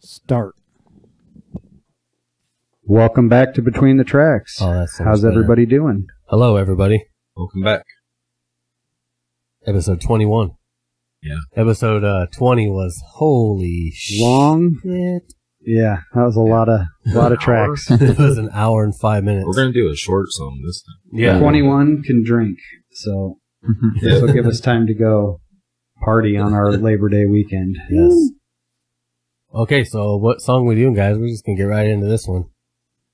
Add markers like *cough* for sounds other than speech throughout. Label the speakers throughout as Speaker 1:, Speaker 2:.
Speaker 1: Start.
Speaker 2: Welcome back to Between the Tracks.
Speaker 3: Oh, that's so much
Speaker 2: How's
Speaker 3: better.
Speaker 2: everybody doing?
Speaker 3: Hello, everybody.
Speaker 4: Welcome back.
Speaker 3: Episode 21.
Speaker 4: Yeah.
Speaker 3: Episode uh, 20 was holy shit.
Speaker 2: Long?
Speaker 4: *laughs*
Speaker 3: It
Speaker 2: Yeah, that was a lot
Speaker 3: *laughs*
Speaker 2: of lot of tracks.
Speaker 3: was an hour and five minutes.
Speaker 4: We're gonna do a short song this time.
Speaker 3: yeah.
Speaker 2: Twenty-one can drink,
Speaker 3: *laughs*
Speaker 2: so this will give us time to go party on
Speaker 3: *laughs*
Speaker 2: our Labor Day weekend.
Speaker 3: Yes. Okay, so what song we doing, guys? We're just gonna get right into this one.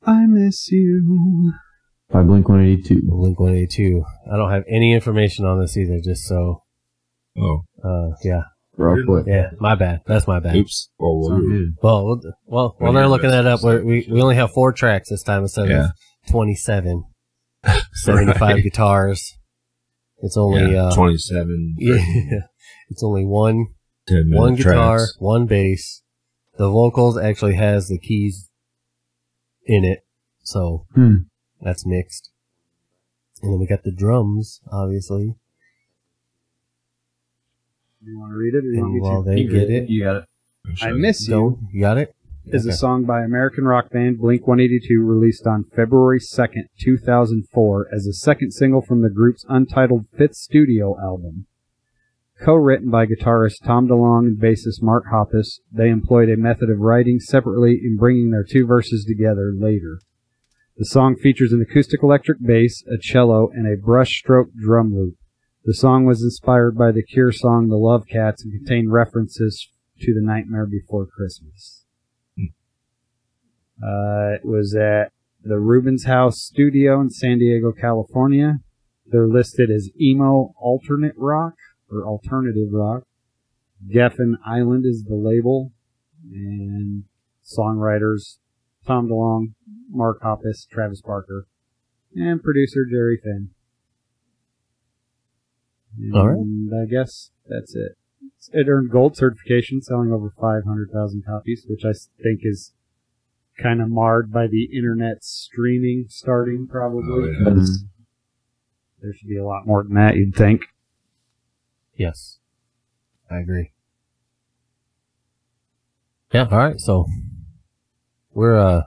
Speaker 2: I miss you.
Speaker 5: by Blink 182.
Speaker 3: Blink 182. I don't have any information on this either, just so.
Speaker 4: Oh,
Speaker 3: Uh, yeah,
Speaker 5: Raw foot.
Speaker 3: yeah. My bad. That's my bad.
Speaker 4: oops. Well,
Speaker 5: It's
Speaker 4: we'll
Speaker 5: all good.
Speaker 3: Well, we'll- well, while they're looking that up, we're, we we only have four tracks this time instead
Speaker 4: Yeah.
Speaker 3: of
Speaker 4: *laughs*
Speaker 3: 27, 75 guitars. It's only
Speaker 4: yeah,
Speaker 3: uh,
Speaker 4: twenty-seven.
Speaker 3: *laughs* yeah, it's only one
Speaker 4: 10 minute
Speaker 3: one guitar,
Speaker 4: tracks.
Speaker 3: one bass. The vocals actually has the keys in it, so
Speaker 2: Hmm.
Speaker 3: that's mixed. And then we got the drums, obviously.
Speaker 2: You want to read it? Or you want
Speaker 3: And
Speaker 2: me
Speaker 3: while
Speaker 2: to?
Speaker 3: they get it,
Speaker 5: You got it.
Speaker 2: I miss you.
Speaker 3: Don't- you got it.
Speaker 2: is a
Speaker 3: Okay.
Speaker 2: song by American rock band Blink 182 released on February 2nd, 2004, as the second single from the group's untitled fifth studio album. Co written by guitarist Tom DeLonge and bassist Mark Hoppus, they employed a method of writing separately and bringing their two verses together later. The song features an acoustic electric bass, a cello, and a brushstroke drum loop. The song was inspired by the Cure song The Love Cats and contained references to The Nightmare Before Christmas. Uh, it was at the Rubens House Studio in San Diego, California. They're listed as emo alternate rock or alternative rock. Geffen Island is the label, and songwriters Tom DeLonge, Mark Hoppus, Travis Barker, and producer Jerry Finn.
Speaker 3: All right.
Speaker 2: And I guess that's it. It earned gold certification, selling over 500,000 copies, which I s- think is kind of marred by the internet streaming starting,
Speaker 4: Oh,
Speaker 2: probably.
Speaker 4: yeah.
Speaker 2: Mm-hmm.
Speaker 5: Mhm.
Speaker 2: There should be a lot more than that, you'd think.
Speaker 3: Yes, I agree. Yeah. All right. So we're uh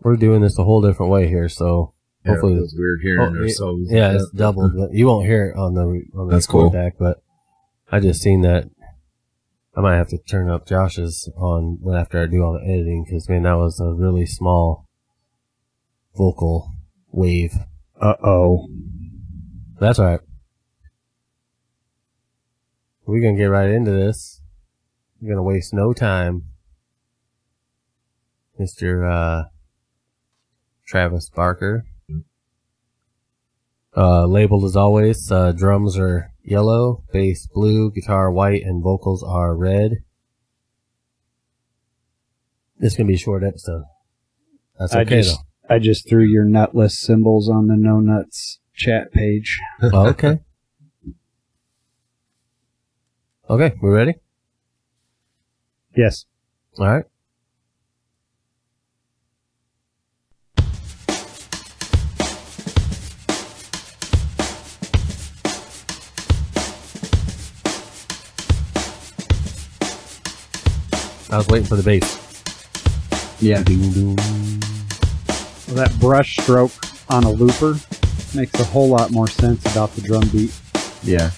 Speaker 3: we're doing this a whole different way here. So
Speaker 4: Yeah,
Speaker 3: hopefully
Speaker 4: it was weird hearing
Speaker 3: Oh,
Speaker 4: ourselves.
Speaker 3: Yeah, it's doubled. But you won't hear it on the on the
Speaker 4: That's
Speaker 3: record
Speaker 4: cool.
Speaker 3: back, but I just seen that. I might have to turn up Josh's on after I do all the editing because man, that was a really small vocal wave.
Speaker 2: Uh oh.
Speaker 3: That's all right. We're gonna get right into this. We're gonna waste no time, Mister uh, Travis Barker. Uh, labeled as always. Uh, drums are yellow, bass blue, guitar white, and vocals are red. This is gonna be a short episode. That's
Speaker 2: I
Speaker 3: okay
Speaker 2: just- I just threw your nutless symbols on the No Nuts chat page.
Speaker 3: though. Oh, okay. Okay, we ready?
Speaker 2: Yes.
Speaker 3: All right. I was waiting for the bass.
Speaker 2: Yeah. Well, that brush stroke on a looper makes a whole lot more sense about the drum beat.
Speaker 5: Yeah.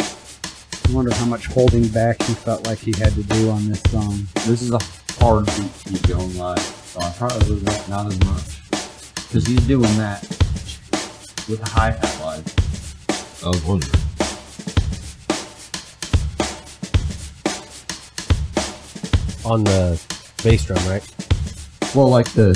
Speaker 2: I wonder how much holding back he felt like he had to do on this song.
Speaker 5: This is a hard beat to keep going live. So Oh, I probably was not, not as much. Because he's doing that with a hi hat
Speaker 4: *laughs*
Speaker 5: live.
Speaker 4: I was wondering.
Speaker 3: On the bass drum, right?
Speaker 5: Well, like the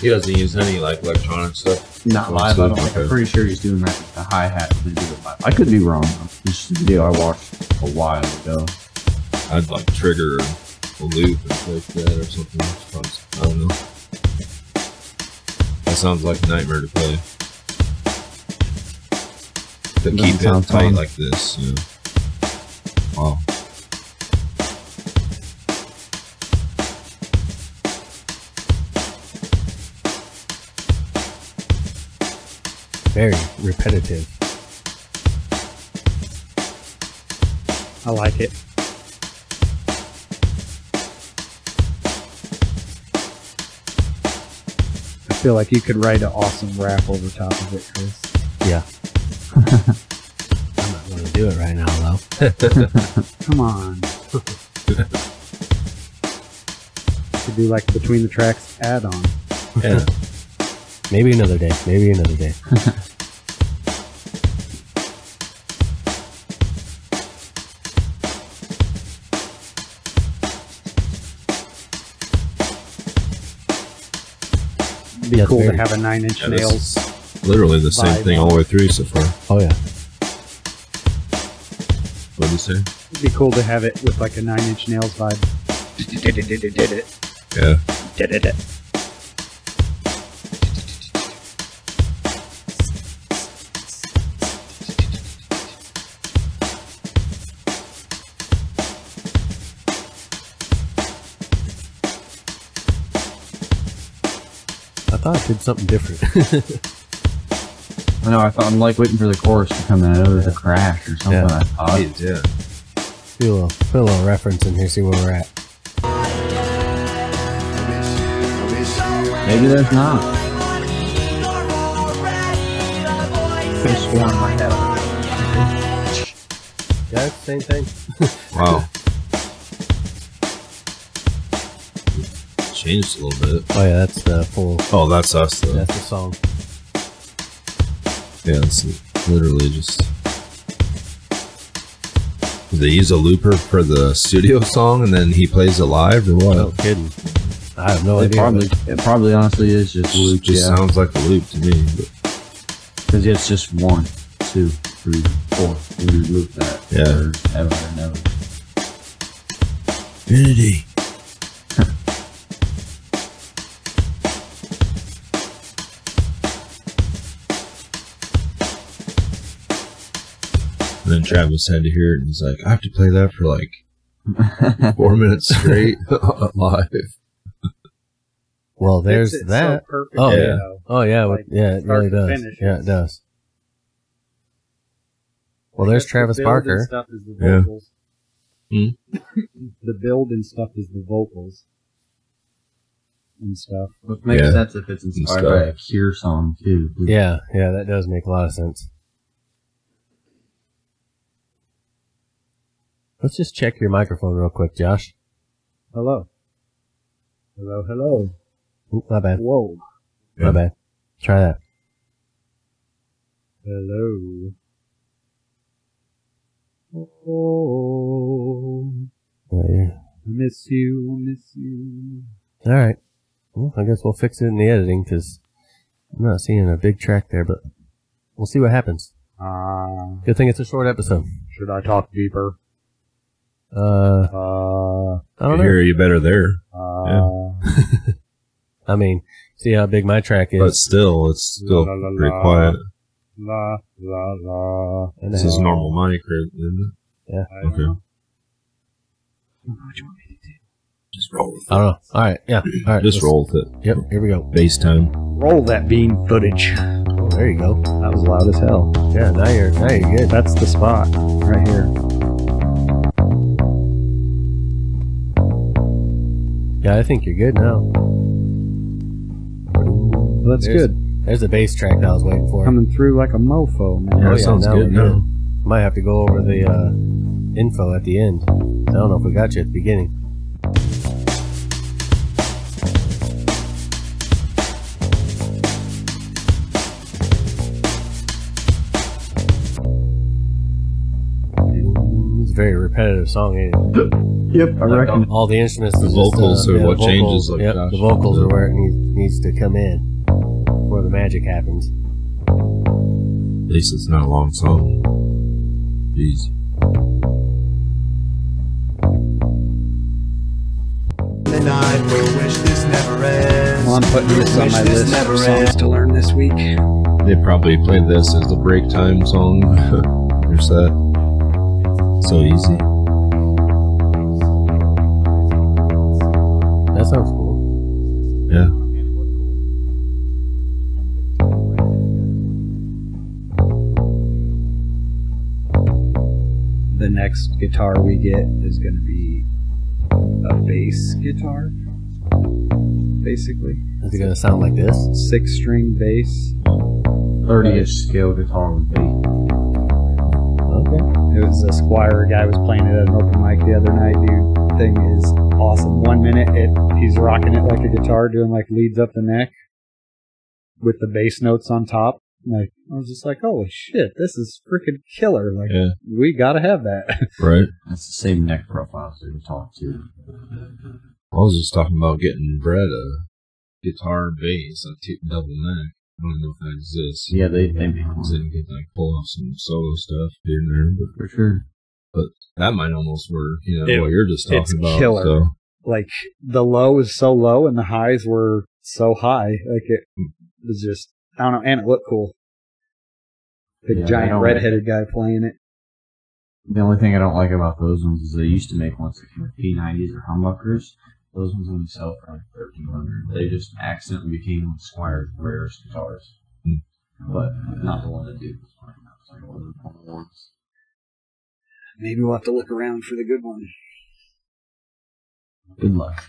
Speaker 4: He doesn't use any like electronic stuff.
Speaker 5: not
Speaker 4: Oh,
Speaker 5: live.
Speaker 4: so
Speaker 5: I don't,
Speaker 4: okay.
Speaker 5: I'm pretty sure he's doing that with the hi hat when they do it live. I could be wrong. This is a video I watched a while ago.
Speaker 4: I'd like trigger a loop and play that or something. It's probably- I don't know. That sounds like a nightmare to play. To
Speaker 5: Doesn't
Speaker 4: keep it tight
Speaker 5: sound fun.
Speaker 4: like this. You know. Wow.
Speaker 3: very repetitive.
Speaker 2: I like it. I feel like you could write an awesome rap over top of it, Chris.
Speaker 3: Yeah. *laughs* I'm not going to do it right now, though.
Speaker 2: Come on. could do like between the tracks add on.
Speaker 4: Yeah.
Speaker 3: Maybe another day. Maybe another day.
Speaker 2: It'd be
Speaker 3: Yeah, it's
Speaker 2: cool to
Speaker 3: very-
Speaker 2: have a nine inch
Speaker 4: Yeah, this-
Speaker 2: nails.
Speaker 4: Literally the same
Speaker 2: Vibe.
Speaker 4: thing all the way through so far.
Speaker 3: Oh yeah.
Speaker 4: What'd you say?
Speaker 2: It'd be cool to have it with like a nine inch nails vibe. Did it, did it, did it,
Speaker 4: Yeah.
Speaker 2: did it, did it.
Speaker 3: I thought I did
Speaker 2: *laughs*
Speaker 3: something different.
Speaker 5: I know. I thought I'm like waiting for the chorus to come in. I know there's a crash or something.
Speaker 3: Yeah.
Speaker 5: I thought.
Speaker 4: yeah.
Speaker 3: do a little, put a little reference in here. See where we're at.
Speaker 5: Maybe there's not.
Speaker 3: Yeah, it's the same thing.
Speaker 4: Wow. Changed a little bit.
Speaker 3: Oh yeah, that's the full.
Speaker 4: Oh, that's us though.
Speaker 3: That's the song.
Speaker 4: Yeah, it's literally just. Did they use a looper for the studio song and then he plays it live or what?
Speaker 3: No kidding. I have no
Speaker 5: it
Speaker 3: idea.
Speaker 5: probably,
Speaker 3: but
Speaker 5: it probably honestly is just
Speaker 4: It
Speaker 5: loop.
Speaker 4: just
Speaker 5: yeah,
Speaker 4: sounds like a loop to me. But
Speaker 5: because it's just one, two, three, four. You just loop that.
Speaker 4: Yeah.
Speaker 5: Ever and ever.
Speaker 4: Unity. and then Travis had to hear it and he's like, I have to play that for like four minutes *laughs* straight live.
Speaker 3: Well, there's
Speaker 2: Fits it so
Speaker 3: that.
Speaker 2: perfectly,
Speaker 3: Oh,
Speaker 4: yeah.
Speaker 2: though.
Speaker 3: oh yeah,
Speaker 2: like,
Speaker 3: yeah, it
Speaker 2: start
Speaker 3: really
Speaker 2: to
Speaker 3: does.
Speaker 2: finish.
Speaker 3: Yeah, it does. Well, there's
Speaker 2: The
Speaker 3: Travis
Speaker 2: build and
Speaker 3: Barker.
Speaker 2: Stuff is the
Speaker 4: Yeah. Hmm?
Speaker 2: vocals. the build and stuff is the vocals and stuff.
Speaker 5: *laughs* Which makes
Speaker 4: Yeah.
Speaker 5: sense if it's inspired by a Cure song too.
Speaker 3: Yeah, yeah, that does make a lot of sense. Let's just check your microphone real quick, Josh.
Speaker 2: Hello. Hello, hello.
Speaker 3: Oop, my bad.
Speaker 2: Whoa.
Speaker 3: My bad. Try that.
Speaker 2: Hello. Oh,
Speaker 3: Right here.
Speaker 2: I miss you, miss you.
Speaker 3: All right. Well, I guess we'll fix it in the editing because I'm not seeing a big track there, but we'll see what happens.
Speaker 2: Ah,
Speaker 3: Good thing it's a short episode.
Speaker 2: should I talk deeper?
Speaker 3: Uh,
Speaker 2: Uh,
Speaker 3: I
Speaker 4: I
Speaker 3: don't know.
Speaker 4: hear you better there.
Speaker 2: uh,
Speaker 3: I mean, see how big my track is.
Speaker 4: But still, it's still
Speaker 2: La, la, la,
Speaker 4: pretty
Speaker 2: la.
Speaker 4: quiet.
Speaker 2: la, la, la.
Speaker 3: And
Speaker 4: This
Speaker 3: a
Speaker 4: is
Speaker 3: half.
Speaker 4: normal mic, right? Isn't
Speaker 2: I
Speaker 4: it?
Speaker 2: don't know.
Speaker 4: Okay. Just roll with
Speaker 3: I don't know. All right. Yeah. All right.
Speaker 4: Just
Speaker 3: let's-
Speaker 4: roll with it.
Speaker 3: Yep. Here we go.
Speaker 4: Bass time.
Speaker 2: Roll that bean footage.
Speaker 3: Oh, there you go.
Speaker 2: That was loud as hell.
Speaker 3: Yeah. Now you're now you're good.
Speaker 2: That's the spot right here.
Speaker 3: Yeah, I think you're good now.
Speaker 2: That's
Speaker 3: There's-
Speaker 2: good.
Speaker 3: There's a bass track that I was waiting for.
Speaker 2: Coming through like a mofo, man.
Speaker 4: Yeah,
Speaker 3: Oh,
Speaker 4: that
Speaker 3: yeah,
Speaker 4: sounds
Speaker 3: now
Speaker 4: good
Speaker 3: we're
Speaker 4: now.
Speaker 3: Might have to go over the uh, info at the end. I don't know if we got you at the beginning. It's a very repetitive song. Ain't it?
Speaker 5: Yep, I reckon.
Speaker 3: All the instruments.
Speaker 4: Mm-hmm. The
Speaker 3: is just,
Speaker 4: vocals
Speaker 3: uh,
Speaker 4: are
Speaker 3: yeah,
Speaker 4: what
Speaker 3: vocals-
Speaker 4: changes, like
Speaker 3: yep,
Speaker 4: Josh
Speaker 3: the vocals
Speaker 4: said.
Speaker 3: are where it needs, needs to come in, where the magic happens.
Speaker 4: At least it's not a long song. Jeez.
Speaker 1: And I will wish this never ends.
Speaker 2: Well, I'm putting this on my
Speaker 1: Wish this
Speaker 2: list
Speaker 1: never
Speaker 2: of songs
Speaker 1: ends.
Speaker 2: to learn this week.
Speaker 4: They probably played this as the break time song. *laughs* There's that. So easy.
Speaker 3: That sounds cool.
Speaker 4: Yeah.
Speaker 2: next guitar we get is going to be a bass guitar, basically.
Speaker 3: Is it gonna sound like this?
Speaker 2: Six string bass.
Speaker 5: 30 ish scale guitar would be.
Speaker 3: Okay.
Speaker 2: It was a Squire guy was playing it at an open mic the other night. Dude, thing is awesome. One minute it he's rocking it like a guitar, doing like leads up the neck with the bass notes on top. Like I was just like, holy shit, this is freaking killer! Like
Speaker 4: Yeah.
Speaker 2: we gotta have that. *laughs*
Speaker 4: Right.
Speaker 5: That's the same neck profile as the guitar, too.
Speaker 4: I was just talking about getting Brett a guitar and bass, a t- double neck. I don't know if that exists.
Speaker 5: Yeah, they, they make
Speaker 4: Because
Speaker 5: one.
Speaker 4: then you could like pull off some solo stuff here and there,
Speaker 5: For sure.
Speaker 4: but that might almost work. You know
Speaker 2: It-
Speaker 4: what you're just talking
Speaker 2: it's
Speaker 4: about.
Speaker 2: killer.
Speaker 4: So
Speaker 2: like the low is so low and the highs were so high. Like it was just I don't know, and it looked cool. The
Speaker 5: Yeah, I
Speaker 2: giant
Speaker 5: don't-
Speaker 2: redheaded guy playing it.
Speaker 5: The only thing I don't like about those ones is they used to make ones that were P90s or humbuckers. Those ones on themselves are like 1300. They just accidentally became one of Squire's rarest guitars.
Speaker 4: Hmm.
Speaker 5: But not the one that dude was playing. That was like one of the former ones.
Speaker 2: Maybe we'll have to look around for the good one.
Speaker 5: Good luck.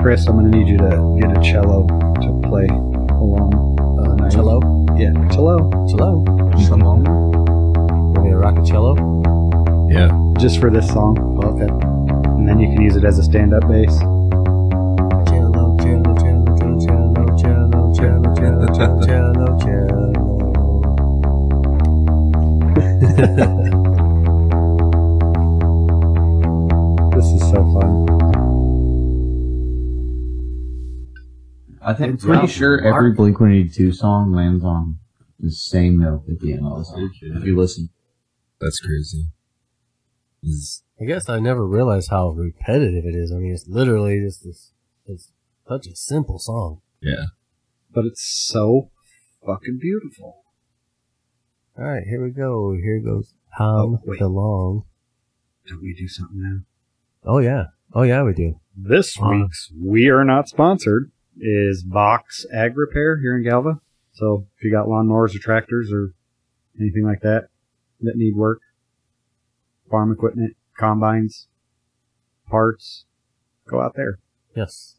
Speaker 2: Chris, I'm gonna need you to get a cello to play along.
Speaker 3: Uh,
Speaker 2: Nice.
Speaker 3: Cello.
Speaker 2: Yeah, cello.
Speaker 3: Cello.
Speaker 5: Shalom.
Speaker 3: Want me to rock a cello?
Speaker 4: yeah,
Speaker 2: Just for this song.
Speaker 3: Okay.
Speaker 2: And then you can use it as a stand up bass.
Speaker 3: Cello, cello, cello, cello, cello, cello, cello, cello,
Speaker 2: *laughs*
Speaker 3: cello, cello, cello.
Speaker 2: This is so fun.
Speaker 5: I think,
Speaker 3: It's
Speaker 5: pretty
Speaker 3: not-
Speaker 5: sure every Blink 182 song lands on the same note at the end of the song. If you listen.
Speaker 4: that's crazy. Is
Speaker 3: I guess I never realized how repetitive it is. I mean, it's literally just this. It's such a simple song.
Speaker 2: But it's so fucking beautiful.
Speaker 3: All right, here we go. Here goes Tom
Speaker 2: Oh, wait.
Speaker 3: DeLong.
Speaker 2: Don't we do something now?
Speaker 3: Oh yeah, oh yeah, we do.
Speaker 2: This
Speaker 3: Huh.
Speaker 2: week's We Are Not Sponsored is Box Ag Repair here in Galva. So if you got lawnmowers or tractors or anything like that that need work, farm equipment, combines, parts, go out there.
Speaker 3: Yes,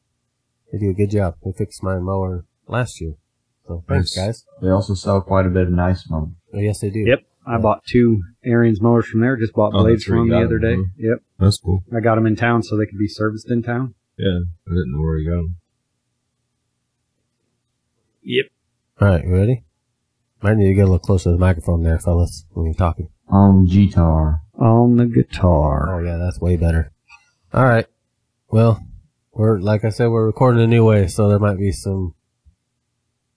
Speaker 3: they do a good job. They fixed my mower last year, so thanks,
Speaker 4: Nice.
Speaker 3: guys.
Speaker 5: They also sell quite a bit of nice ones.
Speaker 3: Oh, yes, they do.
Speaker 2: Yep. I bought two Arians mowers from there. Just bought
Speaker 4: Oh,
Speaker 2: blades
Speaker 4: that's where
Speaker 2: from
Speaker 4: you
Speaker 2: them the
Speaker 4: got
Speaker 2: other day.
Speaker 4: them,
Speaker 2: Yep.
Speaker 4: that's cool.
Speaker 2: I got them in town so they could be serviced in town.
Speaker 4: I didn't know where you got 'em.
Speaker 3: All right, you ready? Might need to get a little closer to the microphone there, fellas, when you're talking.
Speaker 5: Um, guitar.
Speaker 2: On the guitar.
Speaker 3: Oh yeah, that's way better. All right. Well, we're like I said, we're recording a new way, so there might be some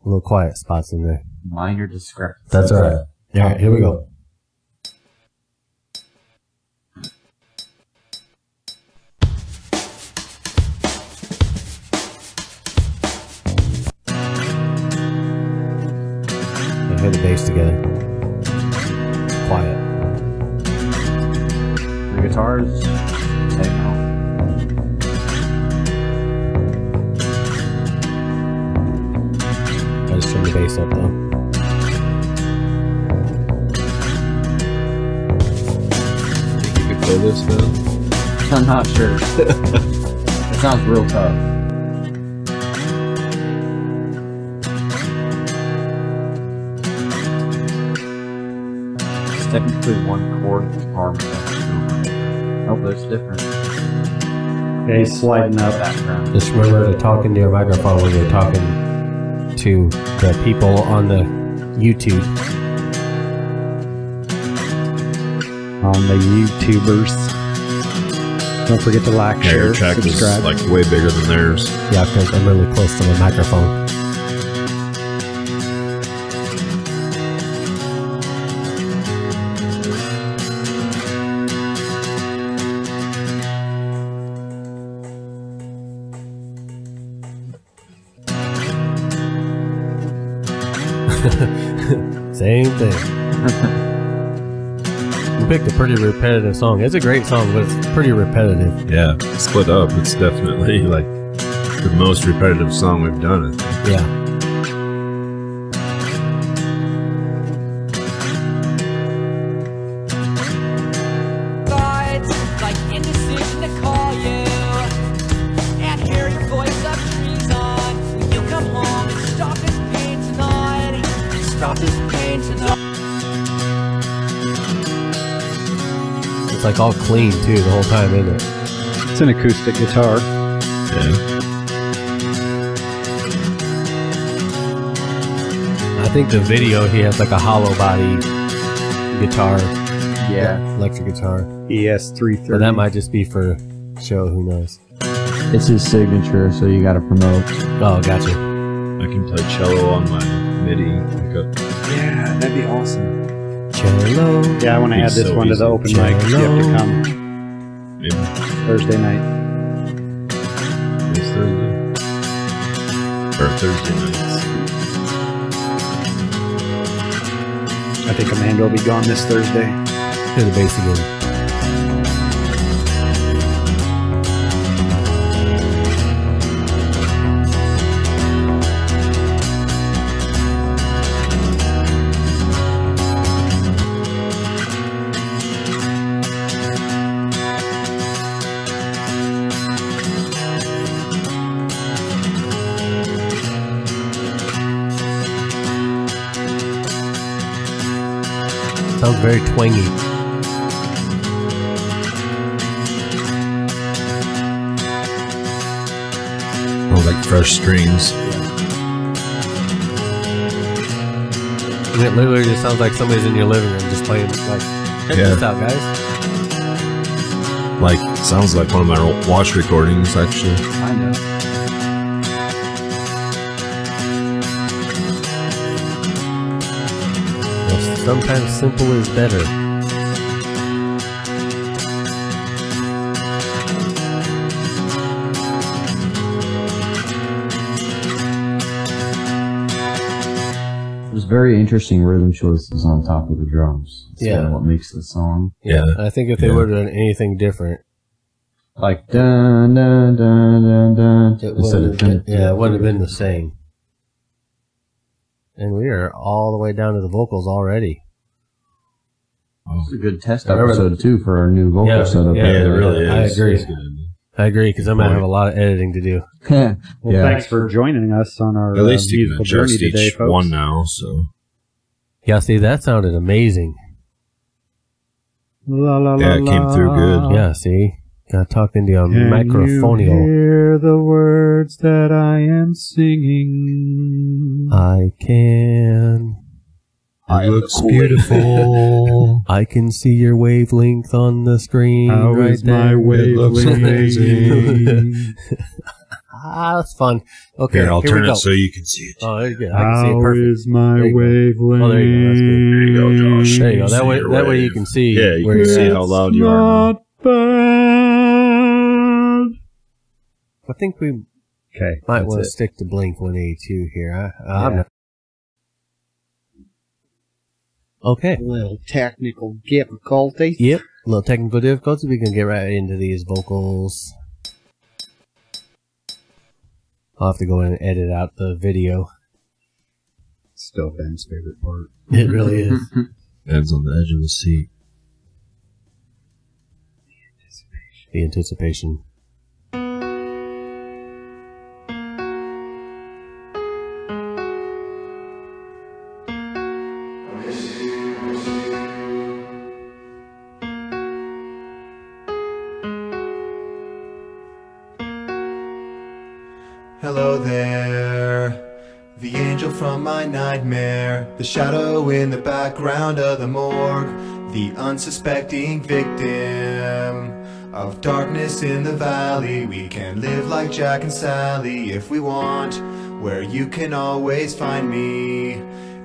Speaker 3: little quiet spots in there.
Speaker 5: Minor discrepancy.
Speaker 3: That's all right. All right, here we go. I hear the bass together. Quiet.
Speaker 5: The guitar is taken off.
Speaker 3: I just turned the bass up though.
Speaker 4: Think you could play this now?
Speaker 5: I'm not sure. *laughs* it sounds real tough. It's technically one chord guitar. but that's different. Oh, there's different.
Speaker 2: Okay, sliding up.
Speaker 5: Background.
Speaker 3: Just remember to talk into your microphone when you're talking to the people on the YouTube.
Speaker 2: on the YouTubers. Don't forget to like,
Speaker 4: Yeah,
Speaker 2: share,
Speaker 4: your track is
Speaker 2: subscribe.
Speaker 4: like way bigger than theirs.
Speaker 3: Yeah, because I'm really close to the microphone. Same thing. *laughs* you picked a pretty repetitive song. It's a great song, but it's pretty repetitive.
Speaker 4: Yeah, split up. It's definitely *laughs* like the most repetitive song we've done. It.
Speaker 3: Yeah.
Speaker 6: thoughts, like indecision to call you. And hear your voice of treason. Will you come home and stop this pain tonight? Stop this pain tonight.
Speaker 3: It's like all clean, too, the whole time, isn't it?
Speaker 2: It's an acoustic guitar.
Speaker 4: Yeah.
Speaker 3: I think the video he has like a hollow body guitar,
Speaker 5: Yeah.
Speaker 3: electric guitar.
Speaker 2: ES330.
Speaker 3: But that might just be for show, who knows?
Speaker 5: It's his signature, so you gotta promote.
Speaker 3: Oh, gotcha.
Speaker 4: I can play cello on my MIDI pickup.
Speaker 2: yeah, that'd be awesome.
Speaker 3: Cello.
Speaker 2: Yeah, I want to
Speaker 4: Be
Speaker 2: add this
Speaker 4: so
Speaker 2: one to the
Speaker 4: easy.
Speaker 2: open mic. You have to
Speaker 3: Cello.
Speaker 2: come
Speaker 4: Maybe
Speaker 2: Thursday night.
Speaker 4: it's Thursday or Thursday nights.
Speaker 2: I think Amanda will be gone this Thursday.
Speaker 3: Hear the bass again. Sounds very twangy.
Speaker 4: Or Oh, like fresh strings.
Speaker 3: And it literally just sounds like somebody's in your living room just playing like, check
Speaker 4: Yeah.
Speaker 3: this out, guys.
Speaker 4: Like sounds like one of my ro- watch recordings actually.
Speaker 5: I know.
Speaker 3: Well, sometimes simple is better.
Speaker 5: There's very interesting rhythm choices on top of the drums. It's
Speaker 3: Yeah.
Speaker 5: kinda what makes the song.
Speaker 4: Yeah.
Speaker 3: I think if they
Speaker 4: Yeah.
Speaker 3: would have done anything different,
Speaker 5: Like dun dun dun dun dun
Speaker 3: it
Speaker 5: instead of
Speaker 3: wouldn't have been,
Speaker 5: dun.
Speaker 3: yeah, it wouldn't have been the same. And we are all the way down to the vocals already.
Speaker 4: Oh.
Speaker 5: It's a good test
Speaker 3: I remember
Speaker 5: episode too for our new vocal
Speaker 3: Yeah,
Speaker 5: setup.
Speaker 3: yeah, it
Speaker 4: really
Speaker 3: I
Speaker 4: is.
Speaker 3: agree.
Speaker 4: It's good.
Speaker 3: I agree because I'm gonna have a lot of editing to do.
Speaker 5: *laughs* yeah.
Speaker 2: Well, thanks for joining us on our
Speaker 4: At least
Speaker 2: uh,
Speaker 4: you
Speaker 2: musical
Speaker 4: can
Speaker 2: journey
Speaker 4: adjust
Speaker 2: today,
Speaker 4: each
Speaker 2: folks.
Speaker 4: one now. So
Speaker 3: Yeah, see, that sounded amazing.
Speaker 2: La, la, la,
Speaker 4: Yeah, it came through good.
Speaker 2: la.
Speaker 3: Yeah, see, got talked into a
Speaker 2: Uh-huh. Can You
Speaker 3: microphonial.
Speaker 2: hear the words that I am singing.
Speaker 3: I can,
Speaker 4: it looks beautiful.
Speaker 3: I can see your wavelength on the screen
Speaker 2: How
Speaker 3: right
Speaker 2: is my
Speaker 3: there.
Speaker 4: It looks
Speaker 2: wavelength?
Speaker 4: amazing.
Speaker 3: ah, that's fun. Okay,
Speaker 4: *laughs* Here, I'll
Speaker 3: here
Speaker 4: turn
Speaker 3: we go.
Speaker 4: it so you can see it.
Speaker 3: oh, there you go. I can see it
Speaker 2: How
Speaker 3: perfect.
Speaker 2: is my
Speaker 3: There you go.
Speaker 2: wavelength?
Speaker 3: Oh, there you go. That's good.
Speaker 4: There you go, Josh.
Speaker 3: There you go.
Speaker 4: see
Speaker 3: That way,
Speaker 4: your
Speaker 3: that way
Speaker 4: wave.
Speaker 3: you can see.
Speaker 4: Yeah, you
Speaker 3: where
Speaker 4: can
Speaker 3: you're
Speaker 4: see
Speaker 3: at.
Speaker 4: how loud you are.
Speaker 2: Not bad.
Speaker 3: I think we
Speaker 2: Okay,
Speaker 3: might
Speaker 2: that's
Speaker 3: want to
Speaker 2: it.
Speaker 3: stick to Blink 182 here. I, I'm
Speaker 2: Yeah.
Speaker 3: not- Okay.
Speaker 2: little technical difficulty.
Speaker 3: Yep. A little technical difficulty. We can get right into these vocals. I'll have to go in and edit out the video. *laughs*
Speaker 2: Still Ben's favorite part.
Speaker 3: It really
Speaker 4: *laughs*
Speaker 3: is.
Speaker 4: Ed's on the edge of the seat.
Speaker 3: the anticipation.
Speaker 1: Hello there. The angel from my nightmare. The shadow in the background of the morgue. the unsuspecting victim of darkness in the valley. We can live like Jack and Sally if we want, where you can always find me.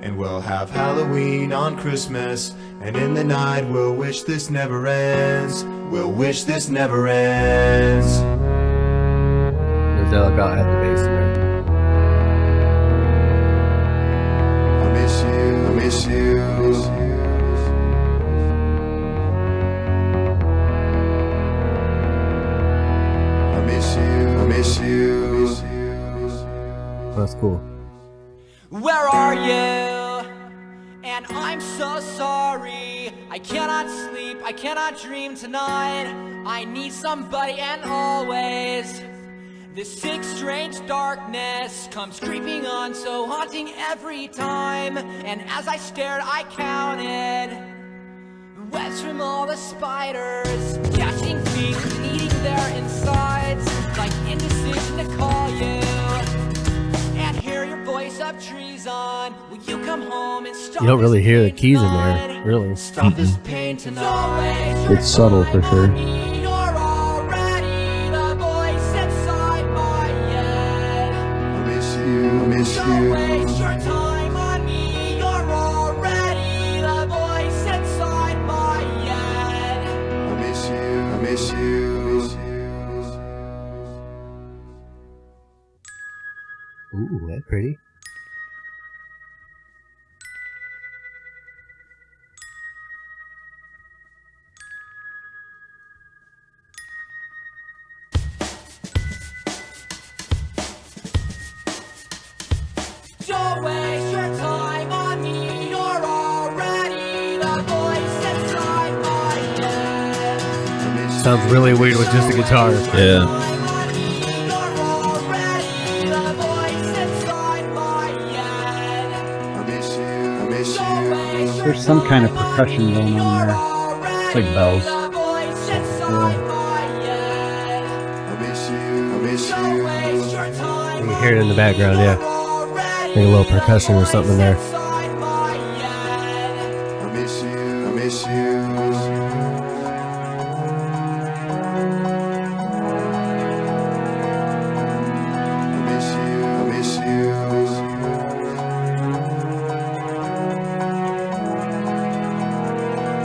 Speaker 1: And we'll have Halloween on Christmas, and in the night we'll wish this never ends. We'll wish this never ends.
Speaker 3: There's that about at the base there.
Speaker 1: I miss you, I miss you. I miss you, I miss you.
Speaker 3: That's cool.
Speaker 6: Where are you? And I'm so sorry. I cannot sleep, I cannot dream tonight. I need somebody, and always. This sick, strange darkness comes creeping on, so haunting every time. And as I stared, I counted. Webs from all the spiders, catching things and eating their insides, like indecision to call you. And hear your voice up trees on. Will you come home and stop
Speaker 3: You don't
Speaker 6: this
Speaker 3: really hear the
Speaker 6: pain
Speaker 3: keys in
Speaker 6: tonight?
Speaker 3: there, really.
Speaker 6: Stop this pain tonight.
Speaker 5: It's subtle for sure.
Speaker 6: You're already the voice inside my head.
Speaker 1: I miss you, I miss
Speaker 6: Don't
Speaker 1: you.
Speaker 6: waste your time on me. You're already the voice inside my head.
Speaker 1: I miss you, I miss you.
Speaker 3: Ooh, that pretty.
Speaker 6: Don't waste your time on me. You're already the voice inside my head.
Speaker 3: Sounds really weird with just a guitar.
Speaker 4: Yeah.
Speaker 6: Time on me. You're already the voice inside my head.
Speaker 1: I miss you, I miss
Speaker 6: Don't
Speaker 1: you.
Speaker 6: waste your
Speaker 2: There's some kind of
Speaker 6: time on
Speaker 2: percussion going on there.
Speaker 6: It's
Speaker 5: like bells.
Speaker 1: I miss you, I miss you.
Speaker 6: You
Speaker 3: You can hear it in the background, yeah.
Speaker 6: Like
Speaker 3: Like a little percussion or something in there.
Speaker 1: I miss you, I miss you. I miss you, I miss you.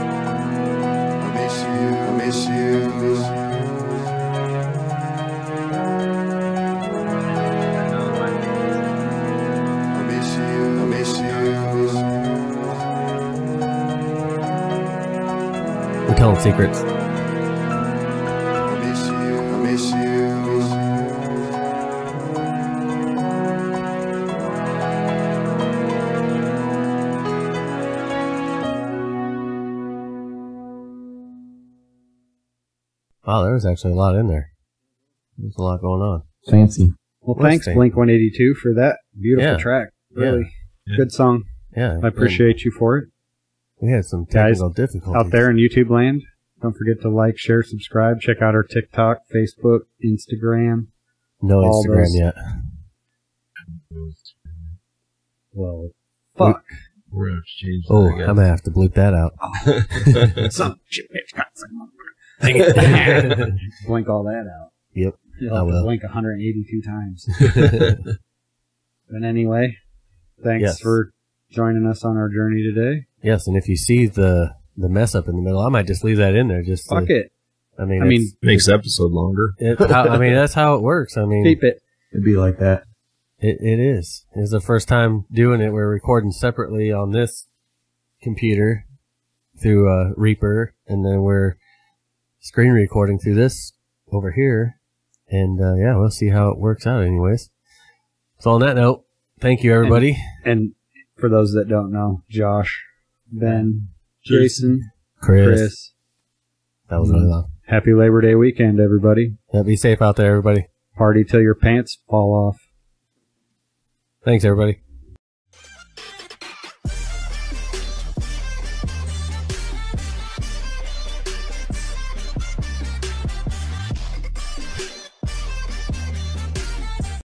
Speaker 1: I miss you, I miss you. I miss you, I miss you.
Speaker 3: We're telling secrets.
Speaker 1: I miss you, I miss you.
Speaker 3: Wow, there was actually a lot in there. There's a lot going on.
Speaker 5: Fancy.
Speaker 2: Well,
Speaker 3: Let's
Speaker 2: thanks
Speaker 3: see.
Speaker 2: Blink 182 for that beautiful
Speaker 3: Yeah.
Speaker 2: track.
Speaker 3: Yeah.
Speaker 2: Really
Speaker 4: Yeah.
Speaker 2: good song.
Speaker 3: Yeah,
Speaker 2: I appreciate you for it.
Speaker 3: We had some
Speaker 2: Guys,
Speaker 3: technical difficulties
Speaker 2: Out there in YouTube land, don't forget to like, share, subscribe. Check out our TikTok, Facebook, Instagram.
Speaker 3: No
Speaker 2: all
Speaker 3: Instagram
Speaker 2: those-
Speaker 3: yet.
Speaker 2: Well, fuck.
Speaker 4: We're gonna have to change that.
Speaker 3: Oh,
Speaker 4: I guess.
Speaker 3: I'm gonna have to bleep that out.
Speaker 4: *laughs*
Speaker 2: Some shit, bitch, got some-
Speaker 3: Dang it.
Speaker 2: blink all that out.
Speaker 3: Yep,
Speaker 2: You'll
Speaker 3: I
Speaker 2: have to
Speaker 3: will.
Speaker 2: blink 182 times. *laughs*
Speaker 4: *laughs*
Speaker 2: but anyway, thanks
Speaker 3: Yes.
Speaker 2: for joining us on our journey today.
Speaker 3: yes, and if you see the the mess up in the middle, I might just leave that in there. Just to-
Speaker 2: Fuck it.
Speaker 3: I mean,
Speaker 2: I mean,
Speaker 3: it's-
Speaker 4: Makes the episode longer.
Speaker 3: it, how, I mean that's how it works.
Speaker 2: *laughs*
Speaker 3: I mean,
Speaker 2: Keep it.
Speaker 5: It'd be like that.
Speaker 3: It, it is. It's the first time doing it. We're recording separately on this computer through uh, Reaper, and then we're screen recording through this over here. And uh, yeah, we'll see how it works out, anyways. So, on that note, thank you, everybody.
Speaker 2: And for those that don't know, Josh, Ben, Jason,
Speaker 3: Chris, Mm-hmm.
Speaker 2: Chris.
Speaker 3: That was really long.
Speaker 2: Happy Labor Day weekend, everybody.
Speaker 3: Yeah, be safe out there, everybody.
Speaker 2: Party till your pants fall off.
Speaker 3: Thanks, everybody.